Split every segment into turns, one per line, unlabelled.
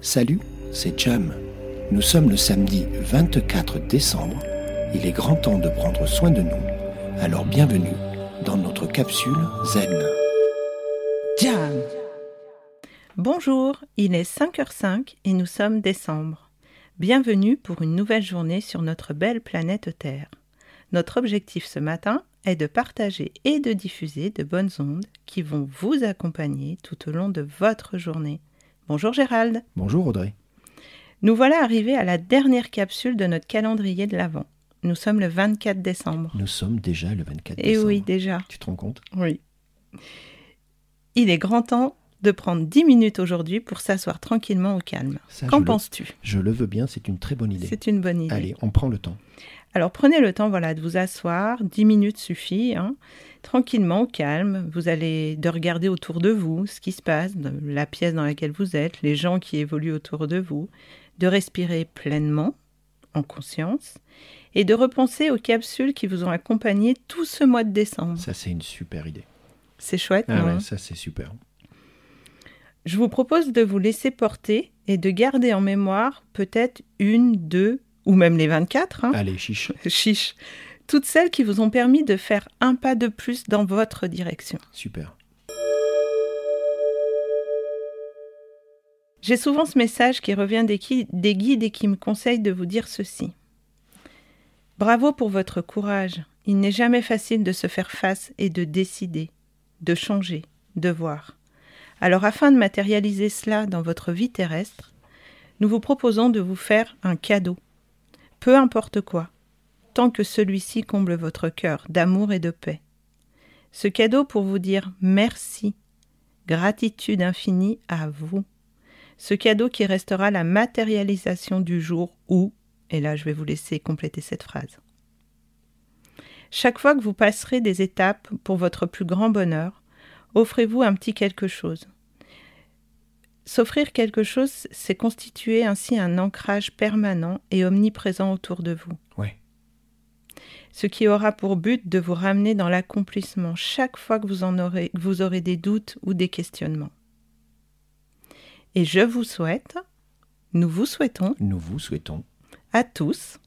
Salut, c'est Chum. Nous sommes le samedi 24 décembre. Il est grand temps de prendre soin de nous. Alors bienvenue dans notre capsule Zen.
Jam.
Bonjour, il est 5h05 et nous sommes décembre. Bienvenue pour une nouvelle journée sur notre belle planète Terre. Notre objectif ce matin est de partager et de diffuser de bonnes ondes qui vont vous accompagner tout au long de votre journée. Bonjour Gérald.
Bonjour Audrey.
Nous voilà arrivés à la dernière capsule de notre calendrier de l'Avent. Nous sommes le 24 décembre.
Nous sommes déjà le 24 décembre.
Et Eh oui, déjà.
Tu te rends compte
Oui. Il est grand temps de prendre 10 minutes aujourd'hui pour s'asseoir tranquillement au calme.
Ça, Ah, je
Qu'en
le-
penses-tu
Je le veux bien, c'est une très bonne idée.
C'est une bonne idée.
Allez, on prend le temps.
Alors prenez le temps voilà, de vous asseoir, 10 minutes suffit, hein. tranquillement, au calme. Vous allez de regarder autour de vous ce qui se passe, de la pièce dans laquelle vous êtes, les gens qui évoluent autour de vous, de respirer pleinement, en conscience, et de repenser aux capsules qui vous ont accompagné tout ce mois de décembre.
Ça, c'est une super idée.
C'est chouette,
Ah
non
ouais, ça, c'est super.
Je vous propose de vous laisser porter et de garder en mémoire peut-être une, deux ou même les 24, hein,
Allez, chiche.
chiche, toutes celles qui vous ont permis de faire un pas de plus dans votre direction.
Super.
J'ai souvent ce message qui revient des, qui- des guides et qui me conseille de vous dire ceci. Bravo pour votre courage. Il n'est jamais facile de se faire face et de décider, de changer, de voir. Alors afin de matérialiser cela dans votre vie terrestre, nous vous proposons de vous faire un cadeau. Peu importe quoi, tant que celui-ci comble votre cœur d'amour et de paix. Ce cadeau pour vous dire merci, gratitude infinie à vous ce cadeau qui restera la matérialisation du jour où, et là je vais vous laisser compléter cette phrase. Chaque fois que vous passerez des étapes pour votre plus grand bonheur, offrez-vous un petit quelque chose. S'offrir quelque chose, c'est constituer ainsi un ancrage permanent et omniprésent autour de vous
Ouais.
ce qui aura pour but de vous ramener dans l'accomplissement chaque fois que vous en aurez, que vous aurez des doutes ou des questionnements. Et je vous souhaite, nous vous souhaitons
Nous vous souhaitons
à tous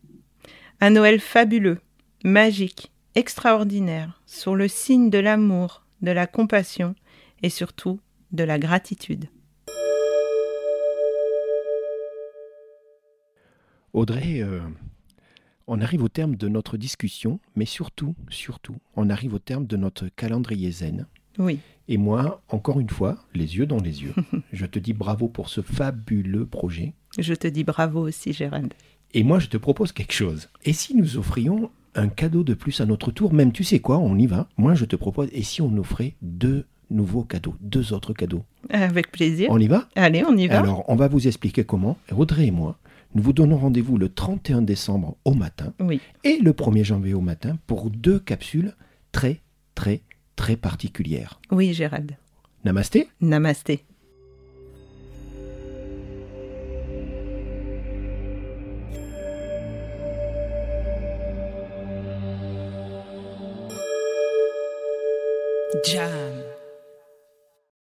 un Noël fabuleux, magique, extraordinaire, sur le signe de l'amour, de la compassion et surtout de la gratitude.
Audrey, euh, on arrive au terme de notre discussion, mais surtout, surtout, on arrive au terme de notre calendrier zen.
Oui,
Et moi, encore une fois, les yeux dans les yeux, je te dis bravo pour ce fabuleux projet.
je te dis bravo aussi Gérald.
Et moi, je te propose quelque chose. Et si nous offrions un cadeau de plus à notre tour, même tu sais quoi, on y va. Moi, je te propose, et si on offrait deux nouveaux cadeaux, deux autres cadeaux
Avec plaisir.
On y va
Allez, on y va.
Alors, on va vous expliquer comment. Audrey et moi, nous vous donnons rendez-vous le 31 décembre au matin
oui,
et le 1er janvier au matin pour deux capsules très, très, très particulières.
oui Gérald.
Namasté
Namasté.
Jam.